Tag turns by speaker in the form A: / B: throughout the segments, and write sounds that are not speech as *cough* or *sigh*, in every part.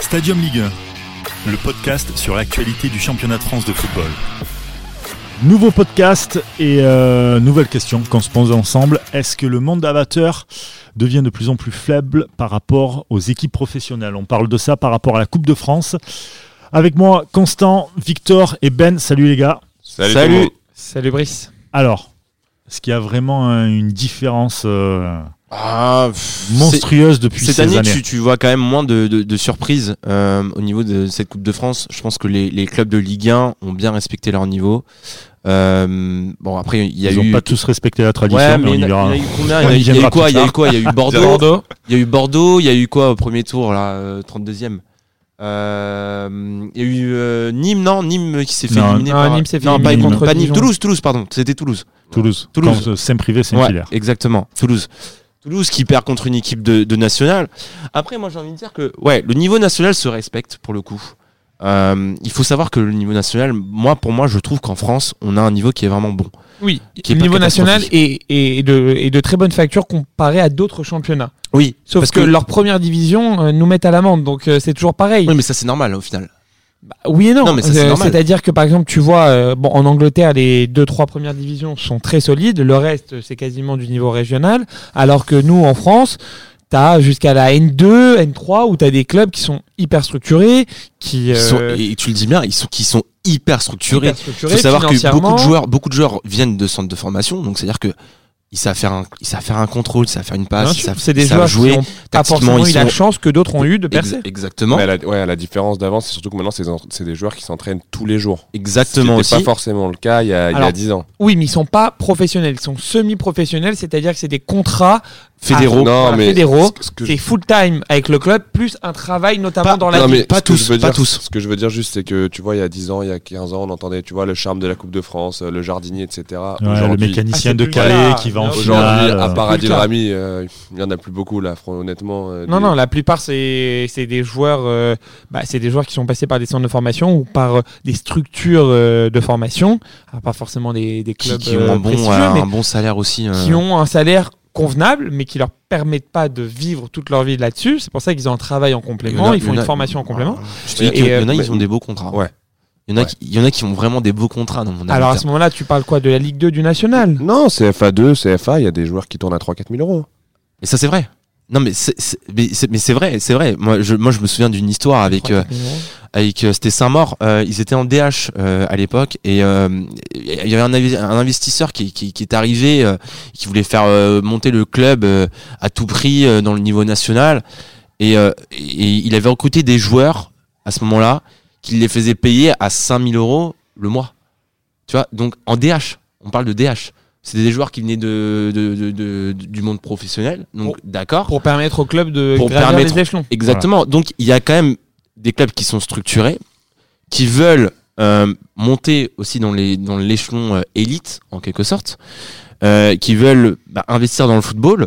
A: Stadium Ligue 1, le podcast sur l'actualité du championnat de France de football.
B: Nouveau podcast et euh, nouvelle question qu'on se pose ensemble. Est-ce que le monde amateur devient de plus en plus faible par rapport aux équipes professionnelles On parle de ça par rapport à la Coupe de France. Avec moi, Constant, Victor et Ben. Salut les gars.
C: Salut. Salut. tout le monde.
D: Salut Brice.
B: Alors, est-ce qu'il y a vraiment euh, une différence euh,
C: Ah, pff,
B: monstrueuse
C: c'est-
B: depuis
C: Cette
B: ces
C: année,
B: années
C: tu, tu vois quand même moins de, de- de surprises euh, au niveau de cette Coupe de France. Je pense que les, les clubs de Ligue 1 ont bien respecté leur niveau. Euh, bon, après, il y a
B: Ils
C: eu.
B: n'ont pas tous respecté la tradition,
C: Ouais,
B: mais,
C: mais
B: on
C: il
B: y
C: y en a-
B: verra.
C: il y en a eu combien Il
B: *laughs*
C: y en
B: On
C: a
B: y
C: eu- il y a eu
B: viendra
C: quoi
B: plus
C: Il y a eu quoi Il y a eu
D: *laughs*
C: Bordeaux.
D: Bordeaux.
C: Il y a eu Bordeaux. Il y a eu quoi au premier tour là euh, 32e. Euh, Il y a eu euh, Nîmes, non Nîmes qui s'est fait
B: Non,
C: éliminer
D: non,
C: par-
D: Nîmes s'est fait
C: non, pas,
B: éliminer
C: contre, pas
D: contre
C: Nîmes.
D: Dijon.
C: Toulouse, Toulouse, pardon. C'était Toulouse.
B: Toulouse.
C: Toulouse.
B: Quand, euh, Saint-Privé,
C: Ouais,
B: Saint-Hilaire.
C: exactement. Toulouse. Toulouse qui perd contre une équipe de, de nationale. Après, moi, j'ai envie de dire que ouais, le niveau national se respecte pour le coup. Euh, il faut savoir que le niveau national, moi, pour moi, je trouve qu'en France, on a un niveau qui est vraiment bon.
D: Oui,
C: Qui est
D: le
C: pas
D: niveau national est, est de, est de très bonne facture comparé à d'autres championnats.
C: Oui,
D: Sauf
C: parce
D: que, leur première division euh, nous met à l'amende, donc euh, c'est toujours pareil.
C: Oui, mais ça, c'est normal au final.
D: Oui et non.
C: Non, mais ça, c'est
D: Euh,
C: normal.
D: C'est-à-dire que par exemple, tu vois, euh, bon, en Angleterre, les deux trois premières divisions sont très solides. Le reste, c'est quasiment du niveau régional. Alors que nous, en France, t'as jusqu'à la N2, N3, où t'as des clubs qui sont hyper structurés, qui
C: Ils sont-
D: euh,
C: et tu le dis bien, ils sont, qui sont hyper structurés.
D: hyper
C: Il
D: structurés
C: faut savoir que beaucoup
D: financièrement.
C: de joueurs, beaucoup de joueurs viennent de centres de formation, donc c'est-à-dire que ils savent faire un, ils savent faire un contrôle, ils savent faire une
D: Bien
C: passe, ils
D: sûr,
C: savent,
D: c'est des
C: ils savent
D: joueurs
C: jouer.
D: qui ont pas
C: tactiquement,
D: forcément
C: ils
D: eu la
C: sont-
D: chance que d'autres ont eu de
C: Ex-
D: percer.
C: exactement,
E: Mais à la, ouais, à la différence d'avant, c'est surtout que maintenant, c'est des en- c'est des joueurs qui s'entraînent tous les jours.
C: exactement
E: C'était
C: aussi.
E: pas forcément le cas il y a, il y a
D: Alors,
E: 10 ans.
D: Oui, mais ils sont pas professionnels, ils sont semi-professionnels, c'est-à-dire que c'est des contrats
C: Fédéraux.
E: Non,
D: voilà,
E: mais
D: fédéraux.
E: ce que- ce que je-
D: c'est full-time avec le club, plus un travail notamment
C: Pas-
D: dans la
E: non,
D: vie.
E: mais
C: Pas
E: ce que je
C: tous,
E: veux
C: pas
E: dire-
C: tous.
E: Ce que je veux dire juste, c'est que tu vois, il y a 10 ans, il y a 15 ans, on entendait, tu vois, le charme de la Coupe de France, euh, le jardinier, etc.
B: Ouais, le
E: Aujourd'hui-
B: mécanicien
D: Ah, c'est
B: de
D: plus
B: Calais
D: là.
B: qui va en
D: Aujourd'hui,
E: Aujourd'hui,
B: finale.
E: à
B: euh,
E: part
D: plus
E: Adil
D: le cas.
E: Rami, euh, il y en a plus beaucoup là, fr- honnêtement. euh,
D: Non,
E: des-
D: non, la plupart, c'est c'est des joueurs euh, bah, c'est des joueurs qui sont passés par des centres de formation ou par euh, des structures euh, de formation, Alors, pas forcément des, des
C: qui,
D: clubs
C: qui ont
D: euh,
C: un bon,
D: prestigieux,
C: euh,
D: mais
C: un bon salaire aussi. euh.
D: qui ont un salaire convenable, mais qui leur permettent pas de vivre toute leur vie là-dessus. C'est pour ça qu'ils ont un travail
C: Il
D: en
C: y en
D: complément,
C: a-
D: ils font
C: il y en
D: une
C: a-
D: formation en complément.
C: Je te dis
D: Et,
C: qu'il y en a,
E: euh,
C: ils ont des beaux contrats.
E: Ouais.
C: Il y, en a
E: Ouais.
C: qui, il y en a qui ont vraiment des beaux contrats dans mon avis.
D: Alors à ce moment-là, tu parles quoi de la Ligue 2 du National
E: Non, CFA 2, CFA, il y a des joueurs qui tournent à 3-4 000 euros.
C: Mais ça, c'est vrai. Non, mais c'est c'est- mais c'est- mais c'est vrai, c'est vrai. Moi je, moi, je me souviens d'une histoire avec. euh, avec euh, c'était Saint-Maur. euh, ils étaient en DH euh, à l'époque et euh, il y avait un, avi- un investisseur qui, qui, qui est arrivé, euh, qui voulait faire euh, monter le club euh, à tout prix euh, dans le niveau national. Et, euh, et- et il avait recruté des joueurs à ce moment-là qui les faisaient payer à 5000 euros le mois. Tu vois, donc en DH, on parle de DH. C'était des joueurs qui venaient de, de- de- de- du monde professionnel. Donc, d'accord.
D: Pour permettre au club de
C: Pour
D: gravir
C: permettre-
D: les échelons.
C: Exactement. Donc il y a quand même des clubs qui sont structurés, qui veulent euh, monter aussi dans les dans l'échelon euh, élite en quelque sorte, euh, qui veulent bah, investir dans le football.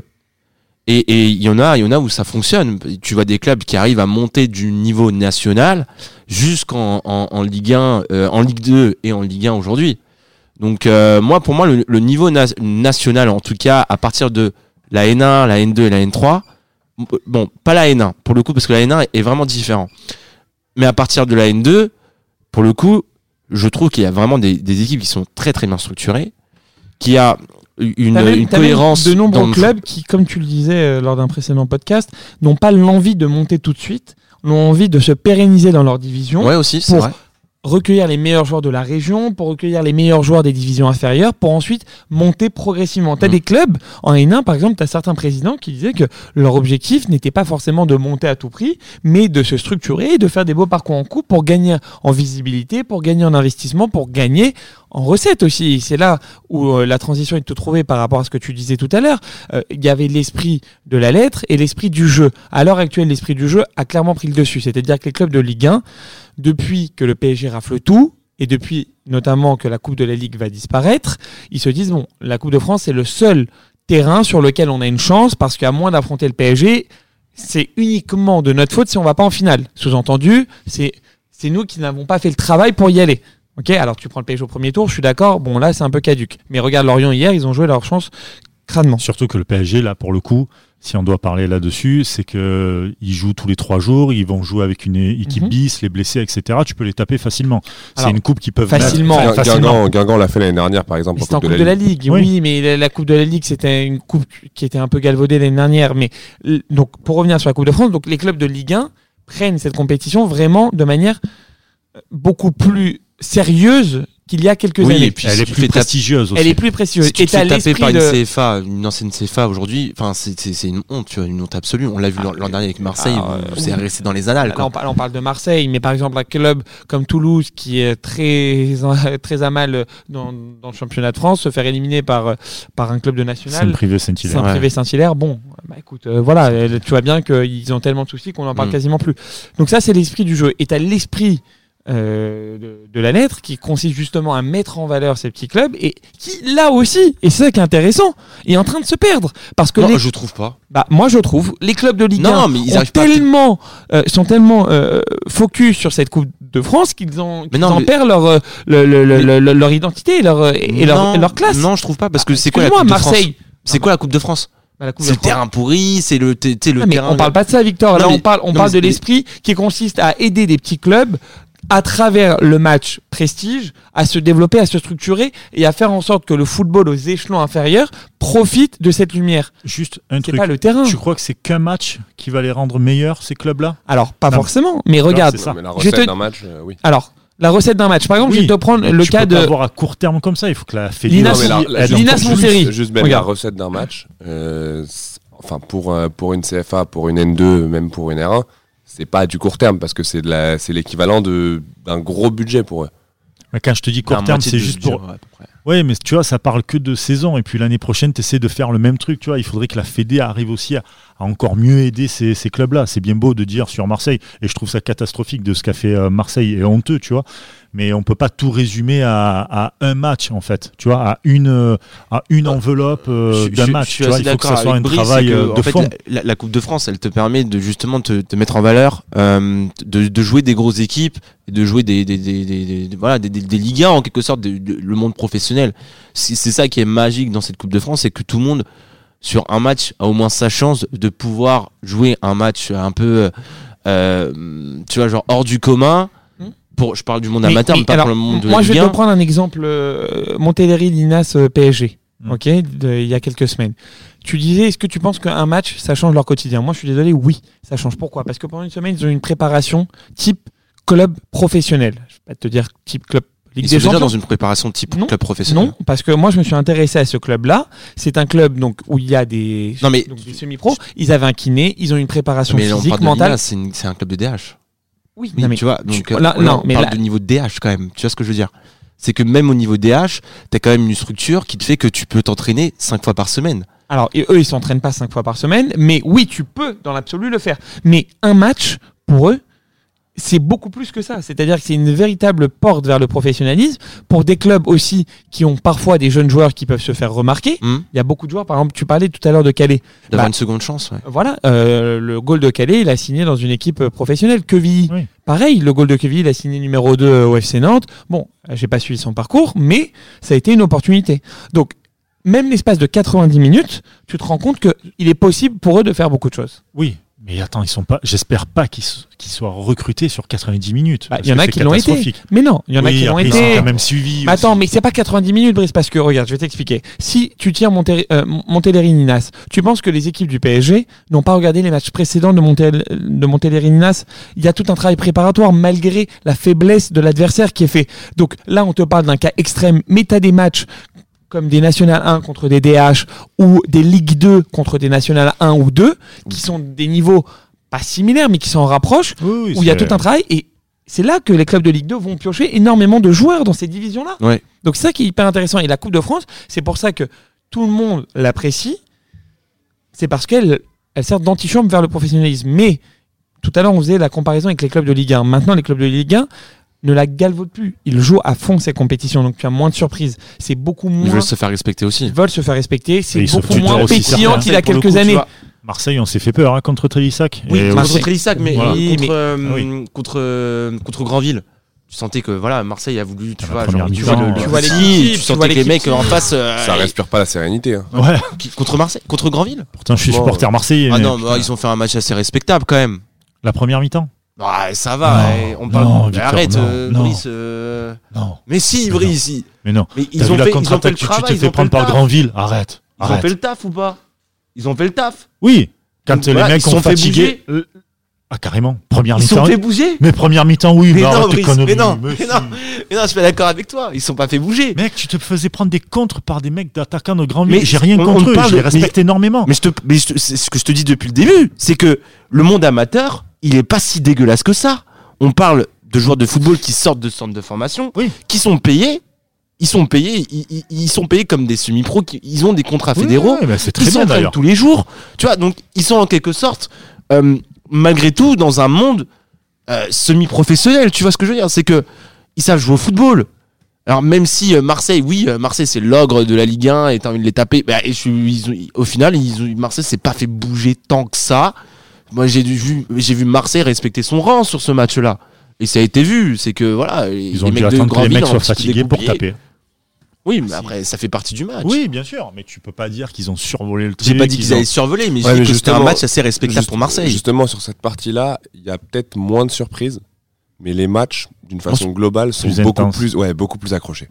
C: Et et il y en a, il y en a où ça fonctionne. Tu vois des clubs qui arrivent à monter du niveau national jusqu'en en, en Ligue 1, euh, en Ligue 2 et en Ligue 1 aujourd'hui. Donc euh, moi, pour moi, le, le niveau nas- national, en tout cas, à partir de la N1, la N2 et la N3, bon, pas la N1 pour le coup parce que la N1 est vraiment différent. Mais à partir de la N2, pour le coup, je trouve qu'il y a vraiment des, des équipes qui sont très très bien structurées, qui a une,
D: T'as même-
C: une
D: t'as même
C: cohérence
D: De
C: dans
D: nombreux
C: le-
D: clubs qui, comme tu le disais euh, lors d'un précédent podcast, n'ont pas l'envie de monter tout de suite, n'ont envie de se pérenniser dans leur division,
C: Ouais aussi, c'est
D: pour-
C: vrai.
D: recueillir les meilleurs joueurs de la région, pour recueillir les meilleurs joueurs des divisions inférieures, pour ensuite monter progressivement. T'as
C: Mm.
D: des clubs, en N1 par exemple, t'as certains présidents qui disaient que leur objectif n'était pas forcément de monter à tout prix, mais de se structurer et de faire des beaux parcours en coupe pour gagner en visibilité, pour gagner en investissement, pour gagner en recettes aussi. Et C'est là où euh, la transition est de te trouver par rapport à ce que tu disais tout à l'heure. Euh, Il y avait l'esprit de la lettre et l'esprit du jeu. À l'heure actuelle, l'esprit du jeu a clairement pris le dessus. C'est-à-dire que les clubs de Ligue 1, depuis que le PSG rafle tout, et depuis notamment que la Coupe de la Ligue va disparaître, ils se disent, bon, la Coupe de France est le seul terrain sur lequel on a une chance, parce qu'à moins d'affronter le PSG, c'est uniquement de notre faute si on va pas en finale. Sous-entendu, c'est c'est nous qui n'avons pas fait le travail pour y aller. Ok, alors tu prends le PSG au premier tour, je suis d'accord, bon là c'est un peu caduque. Mais regarde Lorient hier, ils ont joué leur chance crânement.
B: Surtout que le PSG, là, pour le coup, si on doit parler là-dessus, c'est que euh, ils jouent tous les trois jours, ils vont jouer avec une é- équipe
D: Mhm.
B: bis, les blessés, etc. Tu peux les taper facilement. C'est
D: Alors,
B: une coupe qui peuvent
D: facilement.
B: mettre-
E: Guin-
B: enfin, Oh, facilement.
E: Guingamp, Guingamp l'a fait l'année dernière, par exemple, en
D: C'était en
E: Coupe
D: Coupe de la Ligue,
B: Oui.
D: oui, mais la, la Coupe de la Ligue, c'était une Coupe qui était un peu galvaudée l'année dernière. Mais l- donc, pour revenir sur la Coupe de France, donc les clubs de Ligue 1 prennent cette compétition vraiment de manière euh, beaucoup plus sérieuse qu'il y a quelques
C: Oui, et
D: années.
C: puis
B: Elle
C: si
B: est
C: tu
B: plus
C: fais taper-
B: prestigieuse aussi.
D: Elle est plus précieuse.
C: Si tu te
D: t'as
C: fais taper
D: l'esprit
C: par une
D: de-
C: CFA, une ancienne CFA aujourd'hui, enfin c'est- c'est c'est une honte, tu vois, une honte absolue. On l'a vu l'an l'an dernier avec Marseille,
D: ah,
C: où
D: euh,
C: c'est
D: oui.
C: resté dans les annales.
D: Là,
C: Quoi.
D: on parle, on parle de Marseille, mais par exemple, un club comme Toulouse, qui est très, *laughs* très à mal dans, dans le championnat de France, se faire éliminer par, euh, par un club de
B: C'est
D: national,
B: privé Saint-Hilaire.
D: Saint-Privé, Saint-Hilaire, bon, bah écoute, euh, voilà, euh, tu vois bien qu'ils ont tellement de soucis qu'on n'en parle
C: Mm.
D: quasiment plus. Donc ça, c'est l'esprit du jeu. Et t'as l'esprit euh, de, de la lettre qui consiste justement à mettre en valeur ces petits clubs et qui, là aussi, et c'est ça qui est intéressant, est en train de se perdre. Parce que les-
C: Non, je trouve pas.
D: bah, moi je trouve les clubs de Ligue 1
C: Non, mais ils
D: ont
C: arrivent pas à-
D: tellement euh, sont tellement euh, focus sur cette Coupe de France qu'ils ont
C: Mais
D: qu'ils
C: non,
D: en
C: mais-
D: perdent leur euh, le- le- le-
C: Mais-
D: le- leur identité et leur euh, et leur,
C: Non,
D: et leur classe.
C: Non, je trouve pas parce que c'est quoi la
D: Excuse-moi,
C: Coupe de France
D: Marseille
C: C'est quoi la Coupe de France
D: Bah, la Coupe de
C: C'est le
D: France.
C: terrain pourri, c'est le t- t'sais, le
D: Ah, mais
C: terrain.
D: on parle pas de ça, Victor. Là,
C: Non, mais-
D: on parle, on
C: non,
D: parle
C: mais-
D: de l'esprit qui consiste à aider des petits clubs à travers le match prestige, à se développer, à se structurer et à faire en sorte que le football aux échelons inférieurs profite de cette lumière.
B: Juste un
D: C'est
B: truc.
D: pas le terrain.
B: Tu crois que c'est qu'un match qui va les rendre meilleurs, ces clubs-là
D: Alors, pas
B: Non.
D: forcément, mais regarde.
B: c'est ça.
E: Mais la
D: Je
E: recette
D: te-
E: d'un match, euh, oui.
D: Alors, la recette d'un match. Par exemple,
B: Oui,
D: je vais te prendre
B: Mais
D: le
B: tu
D: cas
B: peux pas
D: de.
B: voir à court terme comme ça, il faut que la
D: Lina
B: fédération.
E: Son-
B: elle
D: Lina
B: en-
D: Son-
E: juste-
D: série.
E: Juste même
D: Regarde.
E: la recette d'un match. euh, c'est- enfin, pour, euh, pour une CFA, pour une N2, même pour une R1, c'est pas du court terme parce que c'est de la- c'est l'équivalent de- d'un gros budget pour eux.
B: Mais Quand je te dis
C: Enfin,
B: court terme,
C: moitié
B: c'est
C: de-
B: juste
C: du-
B: pour.
C: ouais, à peu près.
B: Oui, mais tu vois, ça parle que de saison. Et puis l'année prochaine, tu essaies de faire le même truc. Tu vois, il faudrait que la Fédé arrive aussi à, à encore mieux aider ces, ces clubs-là. C'est bien beau de dire sur Marseille, et je trouve ça catastrophique de ce qu'a fait euh, Marseille et honteux, tu vois. Mais on peut pas tout résumer à, à un match, en fait. Tu vois, à une, euh, à une enveloppe euh,
C: Je-
B: d'un
C: je-
B: match.
C: je suis
B: tu vois,
C: assez
B: il faut que ça
C: d'accord
B: soit un
C: avec Brice,
B: travail
C: c'est que,
B: euh,
C: en
B: de
C: fait,
B: fond.
C: La, la Coupe de France, elle te permet de justement te, te mettre en valeur, euh, de, de jouer des grosses équipes, de jouer des, des, des, des- des- des- voilà, des, des, des Ligue 1 en quelque sorte, de- de- le monde professionnel. C'est c'est ça qui est magique dans cette Coupe de France, c'est que tout le monde sur un match a au moins sa chance de pouvoir jouer un match un peu, euh, tu vois, genre hors du commun.
D: Hmm.
C: Pour, je parle du monde
D: Mais-
C: amateur, mais,
D: mais
C: pas
D: alors,
C: pour le monde de
D: Moi, je
C: Ligue
D: vais te
C: 1.
D: prendre un exemple euh, Montelleri, Linas, euh, PSG.
B: Mm.
D: Ok, de- il y a quelques semaines. Tu disais, est-ce que tu penses qu'un match, ça change leur quotidien Moi, je suis désolé, oui, ça change. Pourquoi Parce que pendant une semaine, ils ont une préparation type club professionnel. Je vais pas te dire type club Ligue
C: Ils sont
D: des
C: déjà
D: Champions.
C: dans une préparation type
D: Non,
C: club professionnel.
D: Non, parce que moi, je me suis intéressé à ce club-là. C'est un club donc où il y a des,
C: Non, mais-
D: donc, des semi-pros. Ils avaient un kiné, ils ont une préparation
C: Mais là, on
D: physique,
C: parle de
D: mentale.
C: Liga, c'est une- c'est un club de DH.
D: Oui,
C: Oui,
D: non, mais
C: tu vois,
D: tu-
C: donc, euh,
D: là,
C: on
D: non, mais
C: parle
D: là-
C: de niveau DH quand même. Tu vois ce que je veux dire C'est que même au niveau DH, t'as quand même une structure qui te fait que tu peux t'entraîner cinq fois par semaine.
D: Alors, et eux, ils s'entraînent pas cinq fois par semaine, mais oui, tu peux, dans l'absolu, le faire. Mais un match, pour eux, c'est beaucoup plus que ça. C'est-à-dire que c'est une véritable porte vers le professionnalisme pour des clubs aussi qui ont parfois des jeunes joueurs qui peuvent se faire remarquer.
C: Hmm
D: Il y a beaucoup de joueurs, par exemple, tu parlais tout à l'heure de Calais.
C: D'avoir
D: Bah.
C: une seconde chance, ouais.
D: Voilà, euh, le goal de Calais, il a signé dans une équipe euh, professionnelle. Quevilly,
B: Oui.
D: pareil, le goal de Quevilly, il a signé numéro 2 au FC Nantes. Bon, euh, j'ai pas suivi son parcours, mais ça a été une opportunité. Donc, même l'espace de 90 minutes, tu te rends compte qu'il est possible pour eux de faire beaucoup de choses.
B: Oui. Mais attends, ils sont pas. J'espère pas qu'ils so- qu'ils soient recrutés sur 90 minutes.
D: Bah,
B: parce
D: il y en
B: que
D: a
B: c'est
D: qui l'ont été.
B: catastrophique.
D: Mais non, il y en a
B: Oui,
D: qui l'ont
B: après, ils
D: été.
B: sont quand même suivis.
D: Mais attends, mais c'est pas 90 minutes, Brice, parce que regarde, je vais t'expliquer. Si tu tires Monter- euh, Montelleri-Ninas, tu penses que les équipes du PSG n'ont pas regardé les matchs précédents de, Montel- de Montelleri-Ninas Il y a tout un travail préparatoire malgré la faiblesse de l'adversaire qui est fait. Donc là, on te parle d'un cas extrême, mais t'as des matchs comme des National 1 contre des DH ou des Ligue 2 contre des National 1 ou 2, qui sont des niveaux pas similaires, mais qui s'en rapprochent
B: Oui, oui,
D: où il y a
B: c'est-
D: tout un travail et c'est là que les clubs de Ligue 2 vont piocher énormément de joueurs dans ces divisions-là.
C: Ouais.
D: Donc c'est ça qui est hyper intéressant. Et la Coupe de France, c'est pour ça que tout le monde l'apprécie. C'est parce qu'elle elle sert d'antichambre vers le professionnalisme. Mais tout à l'heure, on faisait la comparaison avec les clubs de Ligue 1. Maintenant, les clubs de Ligue 1 ne la galvaudent plus. Ils jouent à fond ces compétitions. Donc tu as moins de surprises. C'est beaucoup
C: Ils
D: moins.
C: veulent se faire respecter aussi.
D: Ils veulent se faire respecter. C'est
B: ils se
D: beaucoup
B: foutent
D: moins
B: dehors aussi,
D: pétillant
B: certains.
D: qu'il y a
C: Pour le
D: quelques
C: coup, tu
D: années.
C: vois,
B: Marseille, on s'est fait peur hein, contre Trélissac.
C: Oui,
B: Et
D: Marseille.
C: contre Trélissac, mais,
B: Voilà.
C: oui,
D: Contre,
C: contre, euh,
B: ah oui.
C: contre, euh, contre Granville. tu sentais que voilà Marseille a voulu tu
B: la
C: vois,
B: première
C: genre, tu
B: mi-temps,
C: vois le,
B: euh,
C: tu vois
D: tu
C: les
D: vois
C: lignes, tu
D: l'équipe,
C: sentais que les
D: tu vois
C: mecs en face euh,
E: Ça respire pas la sérénité. hein.
B: Ouais,
C: qui- contre Marseille contre Granville
B: pourtant je suis
E: Bon,
B: supporter marseillais.
C: ah
B: mais
C: non mais,
B: putain,
C: ils ont fait un match assez respectable quand même
B: La première mi-temps
C: ah, ça va
B: Non,
C: eh, on parle
B: non,
C: mais
B: Victor,
C: arrête
B: non,
C: euh,
B: non.
C: Brice euh,
B: Non,
C: mais si
B: Mais
C: Brice si.
B: mais non.
C: mais
B: T'as
C: ils ont
B: vu la
C: fait ils ont fait le
B: contre-attaque, tu, tu
C: travail
B: te fais
C: ils ont fait le
B: prendre par
C: taf.
B: Granville. Arrête.
C: ils ont
B: arrête.
C: fait le taf ou pas ils ont fait le taf
B: Oui, quand
C: Donc,
B: les
C: voilà,
B: mecs
C: ils
B: ont
C: sont fait
B: fatigué. euh, Ah, carrément. Première
C: ils
B: mi-temps.
C: sont fait bouger
B: Mais première mi-temps, oui.
C: Mais
B: bah,
C: non,
B: arrête tes
C: Brice,
B: conneries,
C: mais non,
B: mais
C: mais
B: si.
C: non. mais non je suis pas d'accord avec toi ils sont pas fait bouger
B: Mec, tu te faisais prendre des contres par des mecs d'attaquants de Granville.
C: Mais
B: J'ai rien
C: on-
B: contre
C: on
B: eux,
C: parle
B: je les
C: de-
B: respecte énormément.
C: Mais, je te, mais je te- c'est ce que je te dis depuis le début, c'est que le monde amateur, il est pas si dégueulasse que ça. On parle de joueurs de football qui sortent de centres de formation,
B: Oui.
C: qui sont payés, ils sont payés, ils, ils- ils sont payés comme des semi-pros, qui- ils ont des contrats
B: Oui,
C: fédéraux,
B: ouais, bah, c'est
C: ils
B: très bien
C: s'entraînent
B: d'ailleurs.
C: tous les jours. Tu vois, donc ils sont en quelque sorte, euh, malgré tout, dans un monde euh, semi-professionnel. Tu vois ce que je veux dire C'est que ils savent jouer au football. Alors même si euh, Marseille, oui, euh, Marseille c'est l'ogre de la Ligue 1 et t'as envie de les taper, bah, et je suis- ils ont- au final, ils ont- Marseille s'est pas fait bouger tant que ça. Moi j'ai dû- vu, j'ai vu Marseille respecter son rang sur ce match-là. Et ça a été vu, c'est que voilà,
B: Ils ont dû attendre que les mecs soient fatigués pour taper.
C: Oui, mais après ça fait partie du match.
B: Oui, bien sûr, mais tu peux pas dire qu'ils ont survolé le truc.
C: J'ai pas dit
B: qu'ils
C: qu'ils
B: ont-
C: allaient survoler, mais
E: Ouais,
C: j'ai
E: mais
C: dit que c'était un
E: justement-
C: match assez respectable
E: Juste-
C: pour Marseille.
E: Justement, sur cette partie-là, il y a peut-être moins de surprises, mais les matchs, d'une façon globale, sont
B: Plus
E: beaucoup
B: intense.
E: plus, ouais, beaucoup plus accrochés.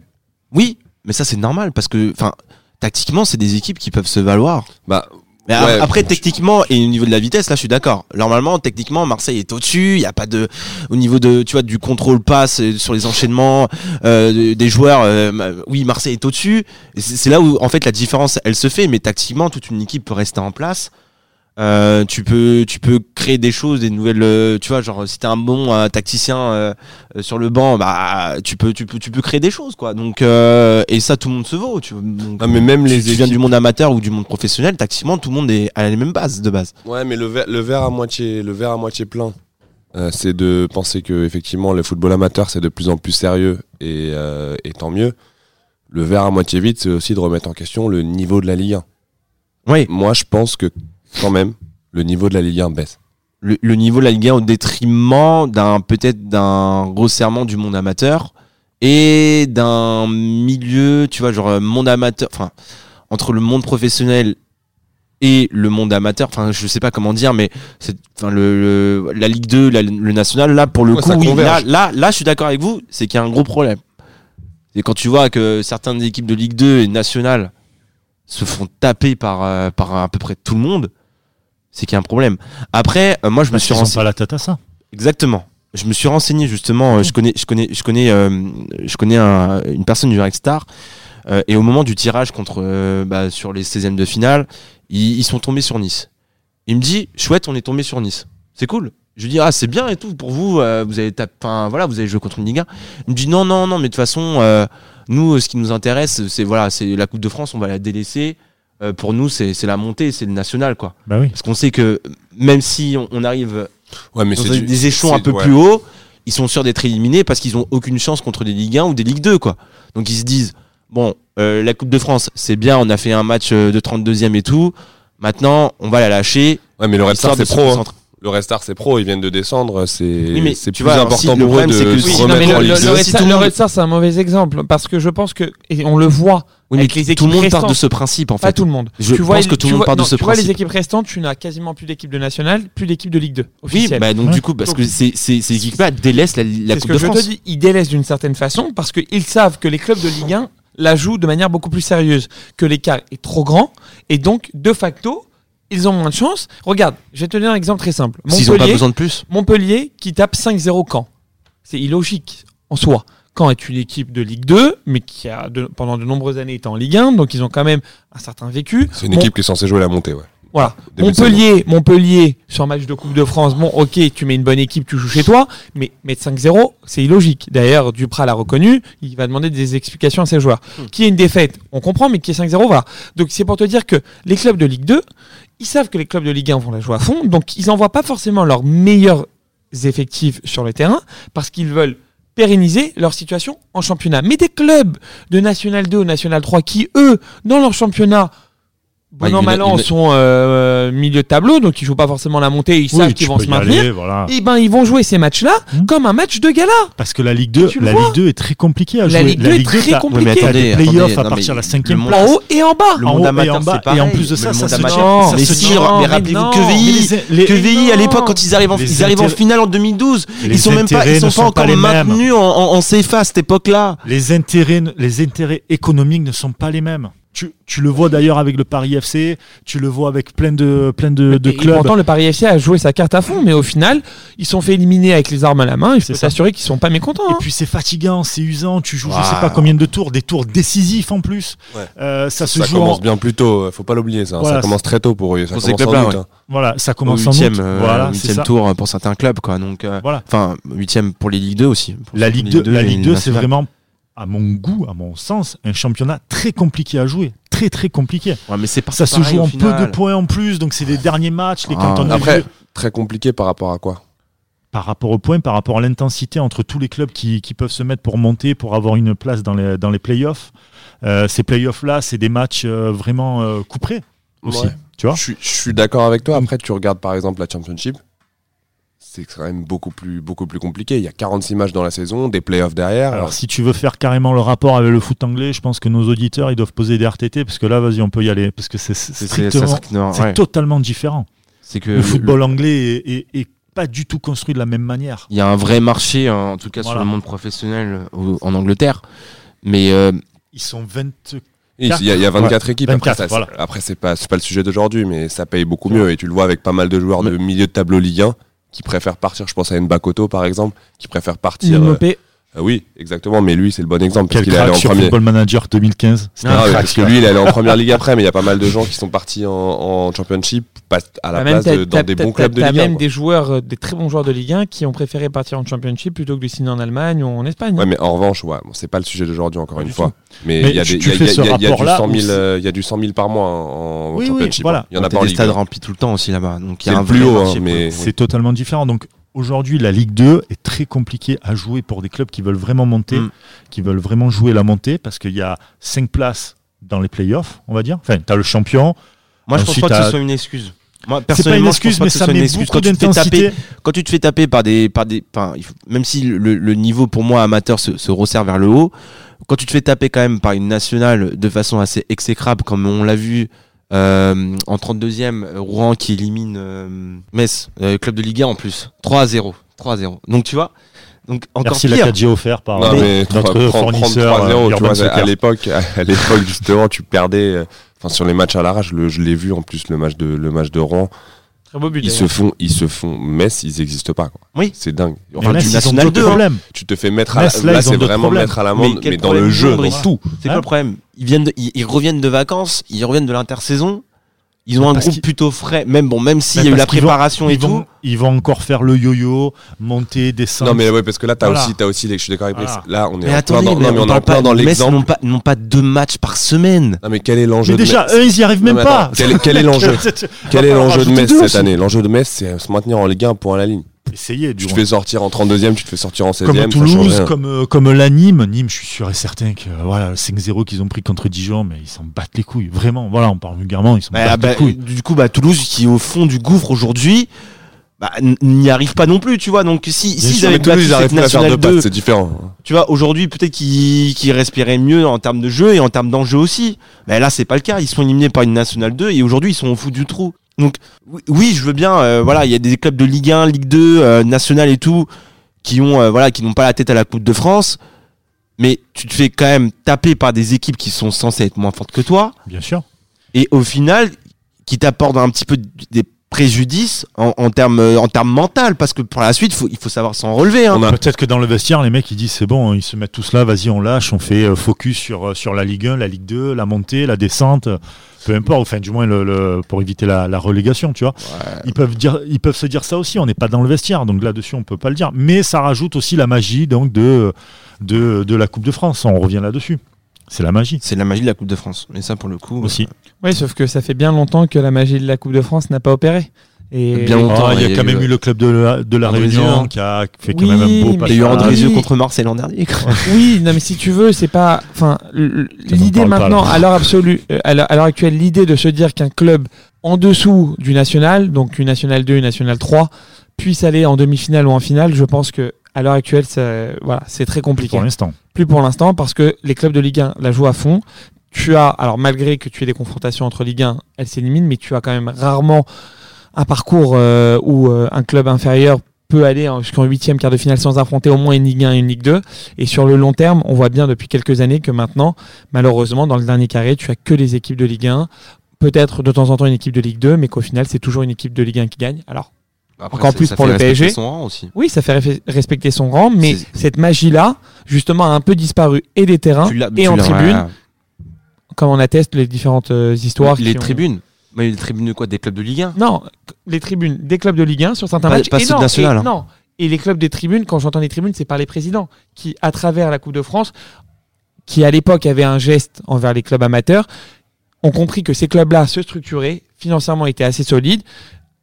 C: Oui, mais ça c'est normal parce que, enfin, tactiquement, c'est des équipes qui peuvent se valoir.
E: Bah,
C: Mais
E: Ouais,
C: après,
E: bon,
C: techniquement et au niveau de la vitesse, là, je suis d'accord. Normalement, techniquement, Marseille est au-dessus. Il y a pas de, au niveau de, tu vois, du contrôle passe euh, sur les enchaînements euh, de- des joueurs. euh, ma- oui, Marseille est au-dessus. Et C'est c'est là où en fait la différence, elle se fait. Mais tactiquement, toute une équipe peut rester en place. Euh, tu peux, tu peux créer des choses, des nouvelles. euh, tu vois, genre si t'es un bon euh, tacticien euh, euh, sur le banc, bah tu peux, tu peux, tu peux créer des choses, quoi. Donc euh, et ça, tout le monde se vaut. Tu, donc,
E: non, mais même
C: tu,
E: les
C: tu viens du monde amateur ou du monde professionnel, tactiquement, tout le monde est à la même base de base.
E: Ouais, mais le verre, le verre à moitié, le verre à moitié plein, euh, c'est de penser que effectivement le football amateur c'est de plus en plus sérieux et, euh, et tant mieux. Le verre à moitié vide, c'est aussi de remettre en question le niveau de la Ligue 1.
C: Oui.
E: Moi, je pense que quand même le niveau de la Ligue 1 baisse.
C: Le, le niveau de la Ligue 1 au détriment d'un peut-être d'un resserrement du monde amateur et d'un milieu, tu vois, genre euh, monde amateur, enfin entre le monde professionnel et le monde amateur, enfin je sais pas comment dire, mais c'est, enfin le, le- la Ligue 2, la- le national, là pour le
E: Ouais,
C: coup,
E: ça
C: oui, là,
E: converge.
C: là, là, je suis d'accord avec vous, c'est qu'il y a un gros problème. Et quand tu vois que certaines équipes de Ligue 2 et nationale se font taper par, euh, par à peu près tout le monde, c'est qu'il y a un problème. Après, euh, moi, je me
B: Parce
C: suis
B: qu'ils ont
C: renseigné.
B: pas la tête à ça.
C: Exactement. Je me suis renseigné justement. euh, je connais, je connais, je connais, euh, je connais un- une personne du Rex Star. euh, et au moment du tirage contre, euh, bah, sur les 16e de finale, ils, ils sont tombés sur Nice. Il me dit, chouette, on est tombé sur Nice. C'est cool. Je lui dis, ah, c'est bien et tout pour vous. euh, vous avez tapé, enfin, voilà, vous avez joué contre une Liga. Il me dit, non, non, non, mais de toute façon, euh, nous, euh, ce qui nous intéresse, c'est voilà, c'est la Coupe de France, on va la délaisser. Euh, pour nous, c'est c'est la montée, c'est le national, quoi.
B: Bah oui.
C: Parce qu'on sait que même si on- on arrive
E: Ouais, mais
C: dans des, des échelons un peu plus hauts, ils sont sûrs d'être éliminés parce qu'ils ont aucune chance contre des Ligue 1 ou des Ligue 2 quoi. Donc ils se disent bon, euh, la Coupe de France, c'est bien, on a fait un match euh, de 32e et tout. Maintenant, on va la lâcher.
E: Ouais, mais le Red
C: histoire
E: Star
C: de
E: c'est
C: se
E: pro. hein.
C: concentrer.
E: Le Red Star c'est pro. Ils viennent de descendre. C'est
C: Oui, mais
E: c'est plus
C: tu vois, alors, si-
E: important
C: le
E: pour eux
C: problème,
E: de
C: c'est que
E: se
C: si-
D: non, mais
E: remettre en
D: le,
E: Ligue
D: le,
E: 2.
D: le Red
C: Si
D: Star-
C: tout le
D: le
C: monde-
D: Red Star, c'est un mauvais exemple parce que je pense que et on le voit,
C: Oui,
D: Avec
C: mais
D: les
C: tout le
D: équipes
C: monde part de
D: restantes.
C: ce principe en
D: pas
C: fait.
D: tout le monde.
C: Je pense que tout le
D: tu
C: monde
D: vois-
C: part de
D: non,
C: ce
D: tu vois les
C: principe.
D: équipes restantes, tu n'as quasiment plus d'équipe de nationale, plus d'équipe de Ligue 2
C: Oui,
D: officielle.
C: bah donc
B: Ouais.
C: du coup, parce que
D: Donc-
C: ces ces- ces équipes-là délaissent la, la
D: C'est ce
C: Coupe
D: que
C: de
D: je
C: France.
D: te dis. Ils délaissent d'une certaine façon parce qu'ils savent que les clubs de Ligue 1 la jouent de manière beaucoup plus sérieuse, que l'écart est trop grand et donc de facto, ils ont moins de chance. Regarde, je vais te donner un exemple très simple.
C: S'ils ont pas
D: Montpellier,
C: besoin de plus.
D: Montpellier qui tape 5-0 Caen. C'est illogique en soi. Caen est une équipe de Ligue 2, mais qui a de- pendant de nombreuses années été en Ligue 1, donc ils ont quand même un certain vécu.
E: C'est une
D: Mon-
E: équipe qui est censée jouer la montée. Ouais.
D: voilà.
E: Début de
D: Montpellier, Montpellier, sur un match de Coupe de France, bon, ok, tu mets une bonne équipe, tu joues chez toi, mais mettre 5-0, c'est illogique. D'ailleurs, Duprat l'a reconnu, il va demander des explications à ses joueurs.
E: Hmm.
D: Qui est une défaite, on comprend, mais qui est 5-0, voilà. Donc c'est pour te dire que les clubs de Ligue 2, ils savent que les clubs de Ligue 1 vont la jouer à fond, donc ils n'envoient pas forcément leurs meilleurs effectifs sur le terrain, parce qu'ils veulent pérenniser leur situation en championnat. Mais des clubs de National 2 ou National 3 qui, eux, dans leur championnat, bon
C: il
D: an,
C: met-
D: mal
C: il
D: an,
C: met-
D: sont euh, milieu de tableau, donc ils jouent pas forcément la montée, ils savent
B: Oui, tu
D: qu'ils vont
B: peux
D: se
B: y
D: maintenir.
B: aller, voilà.
D: Et ben ils vont jouer ces matchs-là
B: Hmm.
D: comme un match de gala.
B: Parce que la Ligue 2,
D: tu le
B: la
D: vois.
B: Ligue 2 est très compliquée à
D: La
B: jouer.
D: Ligue 2 est très
B: t'as-
D: compliquée.
B: t'as des
C: attendez,
B: playoffs
C: attendez,
B: à
C: non,
B: partir
C: mais
B: de la cinquième
C: le monde-
D: En haut et en bas.
C: Le
B: En
C: monde
B: haut et en
C: amateur,
B: bas.
C: c'est
B: Et
C: pareil.
B: en plus de
C: Le
B: ça,
C: monde
B: ça se
C: amateur.
D: tient, ça
C: Mais
D: se
C: si,
D: tient.
C: mais
D: Mais
C: rappelez-vous
D: non.
C: que VI,
B: Mais les- les-
C: que VI à
D: non.
C: l'époque quand ils arrivent en,
B: Les
C: ils arrivent en
B: intérêts-
C: finale en 2012,
B: les
C: ils sont même pas
B: intérêts
C: ils
B: ne
C: sont
B: sont
C: pas
B: pas
C: encore
B: les mêmes.
C: maintenus en, en, en CFA à cette époque-là.
B: Les intérêts, ne- les intérêts économiques ne sont pas les mêmes. Tu, tu le vois d'ailleurs avec le Paris FC, tu le vois avec plein de, plein de, de
D: Et
B: clubs.
D: pourtant, le Paris FC a joué sa carte à fond, mais au final, ils sont fait éliminer avec les armes à la main. Il faut
B: C'est ça.
D: s'assurer qu'ils sont pas mécontents.
B: Et
D: hein.
B: puis c'est fatigant, c'est usant, tu joues je sais
C: Waouh.
B: pas combien de tours, des tours décisifs en plus.
E: Ouais.
B: Euh, ça se
E: Ça
B: joue en-
E: commence bien plus tôt, euh, faut pas l'oublier ça.
B: Voilà,
E: ça commence très tôt pour eux. Ça
C: Pour ces
E: commence en
C: clubs-là,
E: août,
C: ouais.
E: hein.
B: voilà, ça
C: Au
B: commence en août.
C: huitième, euh,
B: voilà,
C: huitième
B: c'est ça.
C: tour pour certains clubs quoi. Donc euh,
B: Voilà.
C: enfin huitième pour les Ligue 2 aussi. Pour
B: La
C: certaines
B: Ligue 2, la
C: et
B: Ligue
C: une
B: 2 c'est
C: nationale.
B: vraiment à mon goût, à mon sens, un championnat très compliqué à jouer, très très compliqué.
C: Ouais, mais c'est pas
B: Ça se
C: pareil
B: joue
C: au
B: en
C: final.
B: peu de points en plus, donc c'est les derniers matchs, les
C: Ah,
B: cantons de
E: Après,
B: jeu.
E: très compliqué par rapport à quoi
B: par rapport aux points, par rapport à l'intensité entre tous les clubs qui, qui peuvent se mettre pour monter, pour avoir une place dans les, dans les playoffs. Euh, ces playoffs-là, c'est des matchs euh, vraiment euh, couperés aussi.
E: Ouais.
B: Tu vois
E: Je suis- je suis d'accord avec toi. Après, tu regardes par exemple la Championship, c'est quand même beaucoup plus, beaucoup plus compliqué. Il y a 46 matchs dans la saison, des playoffs derrière.
B: Alors, si tu veux faire carrément le rapport avec le foot anglais, je pense que nos auditeurs, ils doivent poser des RTT, parce que là, vas-y, on peut y aller, parce que c'est
C: C'est- c'est- ça
B: strictement...
C: serait- non,
B: C'est
C: ouais.
B: totalement différent.
C: C'est que
B: Le football anglais est, est- est pas du tout construit de la même manière.
C: il y a un vrai marché hein, en tout cas
B: Voilà.
C: sur le monde professionnel au- en Angleterre. Mais euh,
B: Ils sont 20...
E: Il il y, a- il y a 24 équipes. Après,
B: 24,
E: ça, c'est-
B: voilà.
E: après, c'est pas, c'est pas le sujet d'aujourd'hui, mais ça paye beaucoup mieux. Et tu le vois avec pas mal de joueurs de milieu de tableau Ligue 1 qui préfèrent partir. Je pense à Nbakoto par exemple, qui préfère partir. euh,
D: Mbappé,
E: ah oui, exactement. Mais lui, c'est le bon exemple
B: Quel
E: parce qu'il est allé
B: crack
E: en
B: sur
E: premier.
B: Football Manager 2015. C'était
E: Ah
B: un
E: ouais,
B: crack,
E: parce que
B: ça.
E: lui, il est allé en première ligue après, mais il y a pas mal de gens qui sont partis en, en championship, passent à la
D: Bah, même
E: place de-
D: t'as-
E: dans
D: t'as-
E: des
D: t'as-
E: bons clubs de
D: t'as
E: Ligue 1.
D: même
E: quoi.
D: des joueurs, euh, des très bons joueurs de Ligue 1 qui ont préféré partir en Championship plutôt que de signer en Allemagne ou en Espagne. hein.
E: Ouais, mais en revanche, ouais, bon, c'est pas le sujet d'aujourd'hui, encore
B: Pas
E: une
B: du
E: fois. Mais
B: Mais
E: il y a
B: tu-
E: des-
B: tu
E: il y a-
B: fais
E: il y a-
B: ce
E: il y a du
B: rapport-là
E: 100 000,
B: où
E: euh, il y a du 100 000 par mois en, en
B: Oui, oui,
E: championship.
B: voilà.
E: hein. Il y en a
C: t'as
E: pas en
C: des
E: Ligue
C: stades
E: 1.
C: remplis tout le temps aussi là-bas. Donc il y
E: C'est
C: a un
E: le plus
C: vrai
E: haut, hein,
C: marché
E: mais
B: C'est totalement différent. Donc aujourd'hui, la Ligue 2 est très compliquée à jouer pour des clubs qui veulent vraiment monter,
C: Mm.
B: qui veulent vraiment jouer la montée, parce qu'il y a 5 places dans les playoffs, on va dire. Enfin, tu as le champion.
C: Moi, je pense
B: Ensuite,
C: pas que
B: t'as-
C: ce soit une excuse.
B: C'est pas
C: Moi,
B: une
C: personnellement, je pense
B: excuse,
C: pas
B: mais
C: que ce
B: ça
C: soit une
B: met
C: excuse.
B: beaucoup
C: Quand tu te fais taper,
B: d'intensité.
C: quand tu te fais taper par des, par des, enfin, il faut- même si le, le niveau pour moi amateur se, se resserre vers le haut, quand tu te fais taper quand même par une nationale de façon assez exécrable, comme on l'a vu euh, en 32e, euh, Rouen qui élimine euh, Metz, euh, club de Ligue 1 en plus, 3 à 0, 3 à 0. Donc tu vois, donc encore
B: Merci la
C: pire.
B: 4G offert par
E: Non,
B: euh,
E: mais
B: notre
E: prendre- prendre
B: fournisseur
E: 3-0,
B: euh,
E: tu
B: Urban
E: vois, à
B: Soccer.
E: l'époque, à l'époque justement, tu perdais. euh, Enfin, sur les matchs à l'arrache, le- je l'ai vu en plus le match de le match de Rouen.
D: Très beau but.
E: Ils se
D: d'ailleurs.
E: font, ils se font. Metz, ils n'existent pas. Quoi.
C: Oui.
E: C'est dingue.
B: Mais
E: Enfin,
B: Metz,
E: tu,
B: ils ont
C: National
B: d'autres
C: 2, hein.
B: problèmes.
E: tu te fais mettre. À,
B: Metz, là,
E: là,
B: ils ont
E: c'est
B: d'autres
E: vraiment
B: problèmes.
E: mettre à l'amende, mais,
C: quel
E: dans
C: problème
E: le
C: ils ont,
E: jeu, dans
C: Brice
E: tout.
C: C'est
B: Hein
C: quoi le problème ils, viennent de- ils, ils reviennent de vacances, ils reviennent de l'intersaison. Ils ont un
B: Parce
C: groupe
B: qu'ils-
C: plutôt frais, même bon, même s'il
B: Mais
C: y a eu
B: parce
C: la
B: qu'ils vont-
C: préparation et
B: Ils
C: tout.
B: vont, ils vont encore faire le yo-yo, monter, descendre.
E: Non mais ouais parce que là t'as
B: Voilà.
E: aussi t'as aussi les je suis d'accord avec Brice.
B: Voilà.
E: Là on est
C: Mais
E: en
C: attendez,
E: plein dans,
C: mais
E: non, mais on est en
C: parle
E: plein
C: pas-
E: dans
C: Metz
E: l'exemple.
C: n'ont pas, n'ont pas deux matchs par semaine.
E: Non mais quel est l'enjeu
B: Mais
E: de
B: déjà,
E: Metz
B: eux, ils y arrivent même
E: Non, mais
B: pas.
E: attends, quel est- quel
B: *laughs*
E: est *laughs* l'enjeu Quel est
B: On va
E: l'enjeu Ah, de
B: rajouter
E: Metz
B: deux
E: cette
B: aussi.
E: année L'enjeu de Metz c'est se maintenir en Ligue 1 pour aller à la ligne.
B: Essayez, du
E: Tu te fais sortir en 32e, tu te fais sortir en 16e,
B: comme
E: ça change
B: Toulouse,
E: rien.
B: comme, euh, comme la Nîmes. Nîmes, je suis sûr et certain que euh, voilà, le 5-0 qu'ils ont pris contre Dijon, mais ils s'en battent les couilles. Vraiment, voilà, on parle vulgairement, ils s'en
C: Bah,
B: battent
C: bah,
B: les couilles.
C: du coup, bah, Toulouse, qui est au fond du gouffre aujourd'hui, bah, n- n'y arrive pas non plus, tu vois. Donc, si,
B: sûr,
C: s'ils
E: Mais
C: avaient
E: Toulouse
C: battu
E: ils
C: cette
E: arrivent plus à faire deux
C: nationale
E: passes,
C: 2,
E: c'est différent.
C: tu vois, aujourd'hui, peut-être qu'ils qu'ils respiraient mieux en termes de jeu et en termes d'enjeu aussi. Mais là, c'est pas le cas. Ils sont éliminés par une nationale 2 et aujourd'hui, ils sont au fond du trou. Donc, oui- oui, je veux bien, euh, voilà, il y a des clubs de Ligue 1, Ligue 2, euh, nationale et tout, qui ont, euh, voilà, qui n'ont pas la tête à la Coupe de France. Mais tu te fais quand même taper par des équipes qui sont censées être moins fortes que toi.
B: Bien sûr.
C: et au final qui t'apporte un petit peu d- des préjudices en, en termes euh, en termes mental parce que pour la suite faut, il faut savoir s'en relever hein.
E: On a-
B: Peut-être que dans le vestiaire, les mecs, ils disent c'est bon, ils se mettent tous là, vas-y, on lâche, on fait euh, focus sur, euh, sur la Ligue 1, la Ligue 2, la montée, la descente, euh, peu importe, enfin, du moins le, le- pour éviter la, la relégation, tu vois. Ils, peuvent dire, ils peuvent se dire ça aussi, on n'est pas dans le vestiaire, donc là-dessus, on peut pas le dire. Mais ça rajoute aussi la magie donc de, de, de la Coupe de France, on revient là-dessus. C'est la magie
C: c'est la magie de la Coupe de France mais ça pour le coup
B: aussi.
D: Oui, sauf que ça fait bien longtemps que la magie de la Coupe de France n'a pas opéré. Et
C: Bien longtemps.
B: Oh, il y a
C: il y a
B: quand même
C: eu-
B: eu le club de la, de la
C: Andrézieux,
B: Réunion
C: hein.
B: qui a fait quand
D: Oui,
B: même un beau
D: mais-
C: Il y a eu
B: passage.
C: Andrézieux
D: Oui.
C: contre Mars, c'est l'an dernier. quoi.
D: *laughs* Oui, non, mais si tu veux, c'est pas. Enfin, l- l-
B: Ça n'en
D: l'idée
B: parle pas,
D: maintenant,
B: là.
D: à l'heure absolue, euh, à l'heure à l'heure actuelle, l'idée de se dire qu'un club en dessous du national, donc une nationale 2, une nationale 3, puisse aller en demi-finale ou en finale, je pense que à l'heure actuelle, ça- voilà, c'est très compliqué.
B: pour l'instant.
D: Plus pour l'instant, parce que les clubs de Ligue 1 la jouent à fond. Tu as, alors malgré que tu aies des confrontations entre Ligue 1, elles s'éliminent, mais tu as quand même rarement un parcours euh, où euh, un club inférieur peut aller en- jusqu'en huitième quart de finale sans affronter au moins une Ligue 1 et une Ligue 2. Et sur le long terme, on voit bien depuis quelques années que maintenant, malheureusement, dans le dernier carré, tu as que les équipes de Ligue 1. Peut-être de temps en temps une équipe de Ligue 2, mais qu'au final, c'est toujours une équipe de Ligue 1 qui gagne. Alors,
C: Bah, Après,
D: Encore
C: ça-
D: plus
C: ça
D: pour
C: fait
D: le
C: respecter
D: PSG.
C: son rang aussi.
D: oui, ça fait ref- respecter son rang, mais
C: C'est-
D: cette magie-là, justement, a un peu disparu et des terrains,
C: Tu l'as-
D: Hein et
C: tu
D: en
C: l'as-
D: tribune, comme on atteste les différentes euh, histoires.
C: Les
D: qui ont-
C: tribunes. Mais les tribunes de quoi Des clubs de Ligue 1
D: Non, les tribunes des clubs de Ligue 1 sur certains
C: Pas-
D: matchs.
C: pas
D: et
C: ceux de
D: non,
C: National,
D: et,
C: hein.
D: non. Et les clubs des tribunes, quand j'entends les tribunes, c'est par les présidents qui, à travers la Coupe de France, qui à l'époque avait un geste envers les clubs amateurs, ont compris que ces clubs-là se structuraient, financièrement étaient assez solides,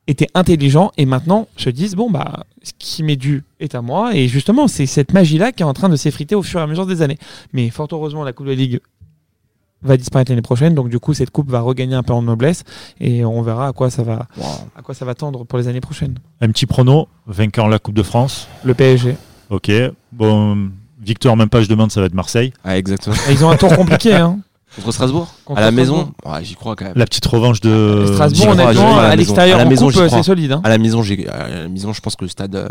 D: étaient intelligents et maintenant se disent bon bah ce qui m'est dû est à moi et justement c'est cette magie là qui est en train de s'effriter au fur et à mesure des années. Mais fort heureusement la Coupe de Ligue va disparaître l'année prochaine donc du coup cette coupe va regagner un peu en noblesse et on verra à quoi ça va à quoi ça va tendre pour les années prochaines.
B: Un petit prono, vainqueur de la Coupe de France.
D: Le PSG.
B: Ok. Bon, victoire, même pas, je demande, ça va être Marseille.
C: Ah, exactement.
D: Et ils ont un tour compliqué.
C: *laughs*
D: Hein.
C: Contre Strasbourg
D: Contre
C: À la
D: Strasbourg.
C: maison Ouais, J'y crois quand
E: Ah
C: même.
B: La petite revanche de.
C: j'y
D: Strasbourg,
C: crois, j'y
D: honnêtement,
C: crois, à la maison.
D: à
C: À
D: l'extérieur,
C: la
D: en
C: maison,
D: coupe,
C: j'y
D: euh,
C: crois.
D: c'est solide. Hein.
C: À la maison, j'ai- à la maison, je pense que le stade euh,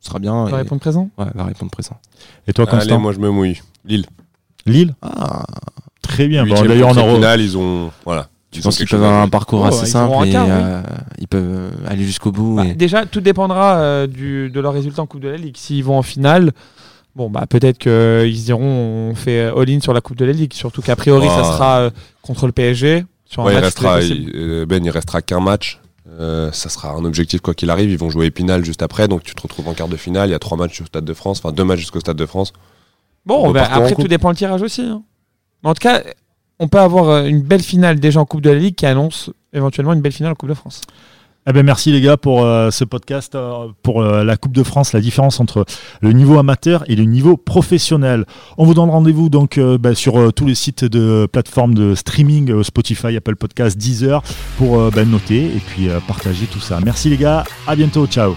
C: sera bien.
D: Tu
C: et-
D: vas répondre présent.
C: Ouais, va répondre présent.
B: Et toi,
E: Allez,
B: Constant
E: moi je me mouille. Lille.
B: Lille
C: Ah,
B: Très bien. Bon,
E: Huitième
B: D'ailleurs, on
E: contre
B: en re-
E: finale, ils ont. Voilà.
C: tu
E: Ils
C: penses
E: ont
C: qu'ils
E: quelque
C: peuvent
E: chose à
C: avoir un
E: jouer.
C: parcours
D: Oh,
C: assez
D: ils
C: simple
D: auront un
C: et
D: quart, oui.
C: euh, ils peuvent euh, aller jusqu'au bout.
D: Bah,
C: et-
D: Déjà, tout dépendra euh, du, de leur résultat en Coupe de la Ligue. S'ils vont en finale, bon, bah, peut-être qu'ils se diront on fait euh, all-in sur la Coupe de la Ligue. Surtout qu'a priori,
E: Ouais.
D: ça sera euh, contre le PSG. Sur un
E: Ouais, il
D: match
E: restera,
D: très facile.
E: il- euh, ben, il restera qu'un match. Euh, ça sera un objectif quoi qu'il arrive. Ils vont jouer Épinal juste après, donc tu te retrouves en quart de finale. Il y a trois matchs au Stade de France, enfin deux matchs jusqu'au Stade de France.
D: Bon,
E: on
D: bah,
E: repartira en
D: après,
E: coupe.
D: tout dépend le tirage aussi. hein. Mais En tout cas, on peut avoir euh, une belle finale déjà en Coupe de la Ligue qui annonce éventuellement une belle finale en Coupe de France.
B: Eh ben merci les gars pour euh, ce podcast, euh, pour euh, la Coupe de France, la différence entre le niveau amateur et le niveau professionnel. On vous donne rendez-vous donc euh, bah, sur euh, tous les sites de plateformes de streaming, euh, Spotify, Apple Podcast, Deezer, pour euh, bah, noter et puis euh, partager tout ça. Merci les gars, à bientôt, ciao.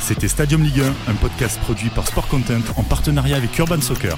A: C'était Stadium Ligue 1, un podcast produit par Sport Content en partenariat avec Urban Soccer.